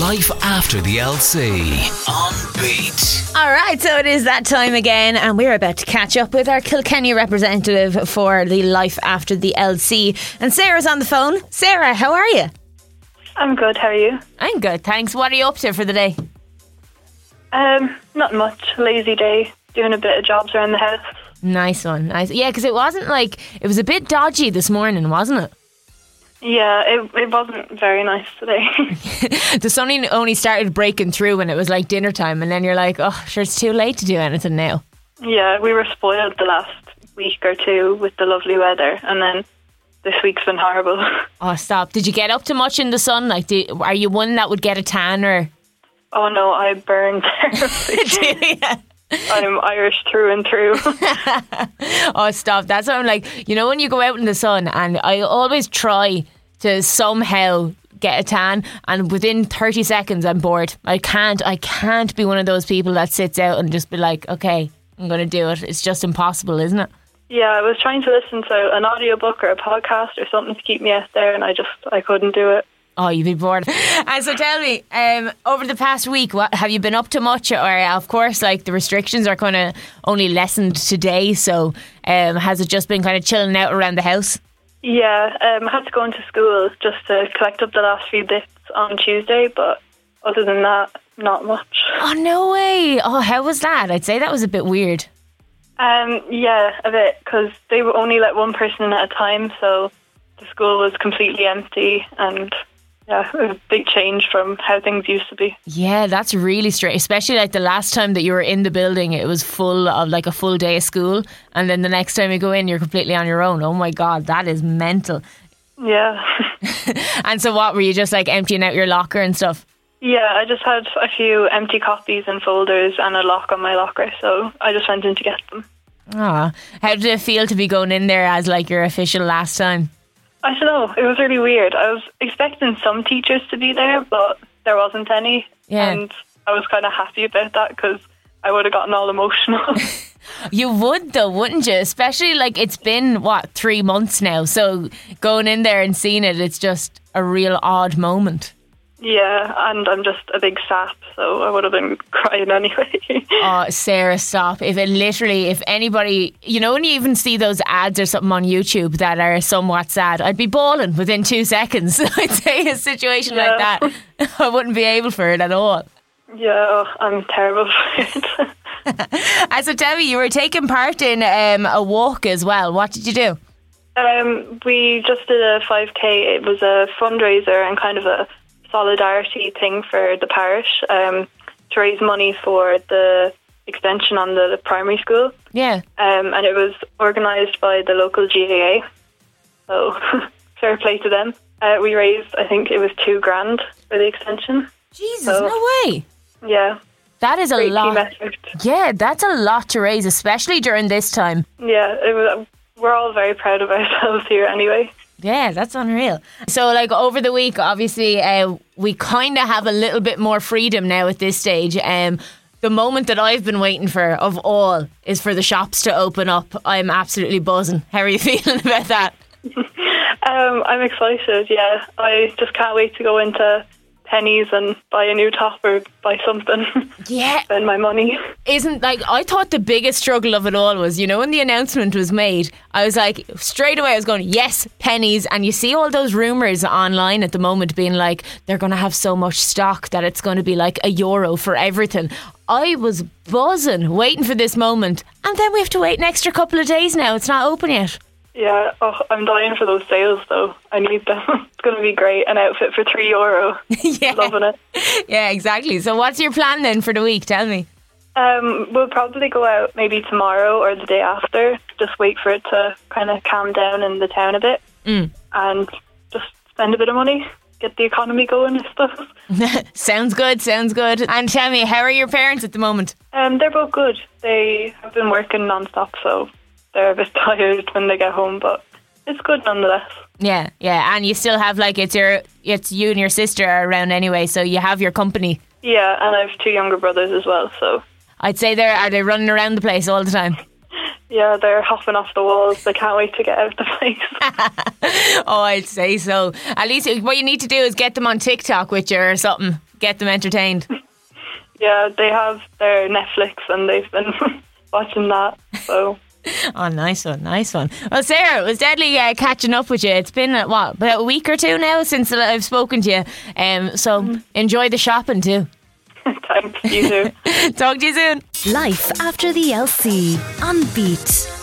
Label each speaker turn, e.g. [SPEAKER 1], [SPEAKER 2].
[SPEAKER 1] Life after the LC. On beat.
[SPEAKER 2] All right, so it is that time again, and we're about to catch up with our Kilkenny representative for the Life After the LC. And Sarah's on the phone. Sarah, how are you?
[SPEAKER 3] I'm good. How are you?
[SPEAKER 2] I'm good, thanks. What are you up to for the day?
[SPEAKER 3] Um, not much. Lazy day. Doing a bit of jobs around the house.
[SPEAKER 2] Nice one. Nice. Yeah, because it wasn't like, it was a bit dodgy this morning, wasn't it?
[SPEAKER 3] Yeah, it, it wasn't very nice today.
[SPEAKER 2] The sun only started breaking through when it was like dinner time, and then you're like, oh, sure, it's too late to do anything now.
[SPEAKER 3] yeah, we were spoiled the last week or two with the lovely weather, and then this week's been horrible.
[SPEAKER 2] Oh, stop. Did you get up to much in the sun? Like, do, are you one that would get a tan or.
[SPEAKER 3] oh no, I burned. terribly. I'm Irish through and through.
[SPEAKER 2] Oh, stop. That's what I'm like. You know, when you go out in the sun, and I always try to somehow get a tan, and within 30 seconds, I'm bored. I can't, I can't be one of those people that sits out and just be like, okay, I'm going to do it. It's just impossible, isn't it?
[SPEAKER 3] yeah, I was trying to listen to an audiobook or a podcast or something to keep me out there, and I just I couldn't do it.
[SPEAKER 2] Oh, you'd be bored. And so tell me, um, over the past week, what have you been up to much? Or, uh, of course, like the restrictions are kind of only lessened today. So, um, has it just been kind of chilling out around the house?
[SPEAKER 3] Yeah, um, I had to go into school just to collect up the last few bits on Tuesday, but other than that, not much.
[SPEAKER 2] Oh, no way. Oh, how was that? I'd say that was a bit weird.
[SPEAKER 3] Um, yeah, a bit, because they were only let one person in at a time, so the school was completely empty, and yeah, it was a big change from how things used to be.
[SPEAKER 2] Yeah, that's really strange. Especially like the last time that you were in the building, it was full of like a full day of school. And then the next time you go in, you're completely on your own. Oh, my God, that is mental.
[SPEAKER 3] Yeah,
[SPEAKER 2] And so, what were you just like emptying out your locker and stuff?
[SPEAKER 3] yeah, I just had a few empty copies and folders and a lock on my locker, so I just went in to get them.
[SPEAKER 2] Ah, how did it feel to be going in there as like your official last time?
[SPEAKER 3] I don't know. It was really weird. I was expecting some teachers to be there, but there wasn't any.
[SPEAKER 2] Yeah.
[SPEAKER 3] And I was kind of happy about that because I would have gotten all emotional.
[SPEAKER 2] You would though, wouldn't you? Especially like it's been what three months now, so going in there and seeing it, it's just a real odd moment.
[SPEAKER 3] yeah, and I'm just a big sap, so I would have been crying anyway.
[SPEAKER 2] Oh, Sarah, stop! If it literally, if anybody, you know, when you even see those ads or something on YouTube that are somewhat sad, I'd be bawling within two seconds. I'd say a situation
[SPEAKER 3] Yeah.
[SPEAKER 2] like that, I wouldn't be able for it at all.
[SPEAKER 3] yeah, oh, I'm terrible for it.
[SPEAKER 2] And Uh, so, tell me, you were taking part in um, a walk as well. What did you do?
[SPEAKER 3] um, we just did a 5K. It was a fundraiser and kind of a solidarity thing for the parish um, to raise money for the extension on the primary school.
[SPEAKER 2] Yeah.
[SPEAKER 3] um, and it was organised by the local GAA. So fair play to them. Uh, we raised, I think it was two grand for the extension.
[SPEAKER 2] Jesus,
[SPEAKER 3] So-
[SPEAKER 2] no way.
[SPEAKER 3] Yeah,
[SPEAKER 2] That is a
[SPEAKER 3] great team
[SPEAKER 2] lot.
[SPEAKER 3] effort.
[SPEAKER 2] Yeah, that's a lot to raise, especially during this time.
[SPEAKER 3] Yeah, it was, we're all very proud of ourselves here anyway.
[SPEAKER 2] Yeah, that's unreal. So, like over the week, obviously, uh, we kind of have a little bit more freedom now at this stage. Um, the moment that I've been waiting for of all is for the shops to open up. I'm absolutely buzzing. How are you feeling about that?
[SPEAKER 3] Um, I'm excited. Yeah, I just can't wait to go into pennies and buy a new top or buy something.
[SPEAKER 2] Yeah,
[SPEAKER 3] Spend my money.
[SPEAKER 2] isn't like I thought the biggest struggle of it all was, you know, when the announcement was made, I was like straight away I was going, Yes, pennies and you see all those rumours online at the moment being like they're gonna have so much stock that it's gonna be like a euro for everything. I was buzzing waiting for this moment and then we have to wait an extra couple of days now. It's not open yet.
[SPEAKER 3] Yeah, oh, I'm dying for those sales though. I need them. it's going to be great. An outfit for three euro.
[SPEAKER 2] yeah.
[SPEAKER 3] Loving it.
[SPEAKER 2] Yeah, exactly. So what's your plan then for the week? Tell me.
[SPEAKER 3] Um, we'll probably go out maybe tomorrow or the day after. Just wait for it to kind of calm down in the town a bit, and just spend a bit of money, get the economy going and stuff.
[SPEAKER 2] Sounds good, sounds good. And tell me, how are your parents at the moment?
[SPEAKER 3] Um, they're both good. They have been working non-stop, so they're a bit tired when they get home, but it's good nonetheless.
[SPEAKER 2] Yeah, yeah, and you still have like it's your it's you and your sister are around anyway, so you have your company.
[SPEAKER 3] Yeah, and I have two younger brothers as well, so
[SPEAKER 2] I'd say they're are they running around the place all the time.
[SPEAKER 3] yeah, they're hopping off the walls. They can't wait to get out of the place.
[SPEAKER 2] Oh, I'd say so. At least what you need to do is get them on TikTok with you or something. get them entertained.
[SPEAKER 3] Yeah, they have their Netflix and they've been watching that. So
[SPEAKER 2] Oh, nice one, nice one. Well, Sarah, it was deadly uh, catching up with you. It's been uh, what about a week or two now since I've spoken to you. Um, so enjoy the shopping too.
[SPEAKER 3] thanks, you too.
[SPEAKER 2] Talk to you soon.
[SPEAKER 4] Life after the LC on Beat.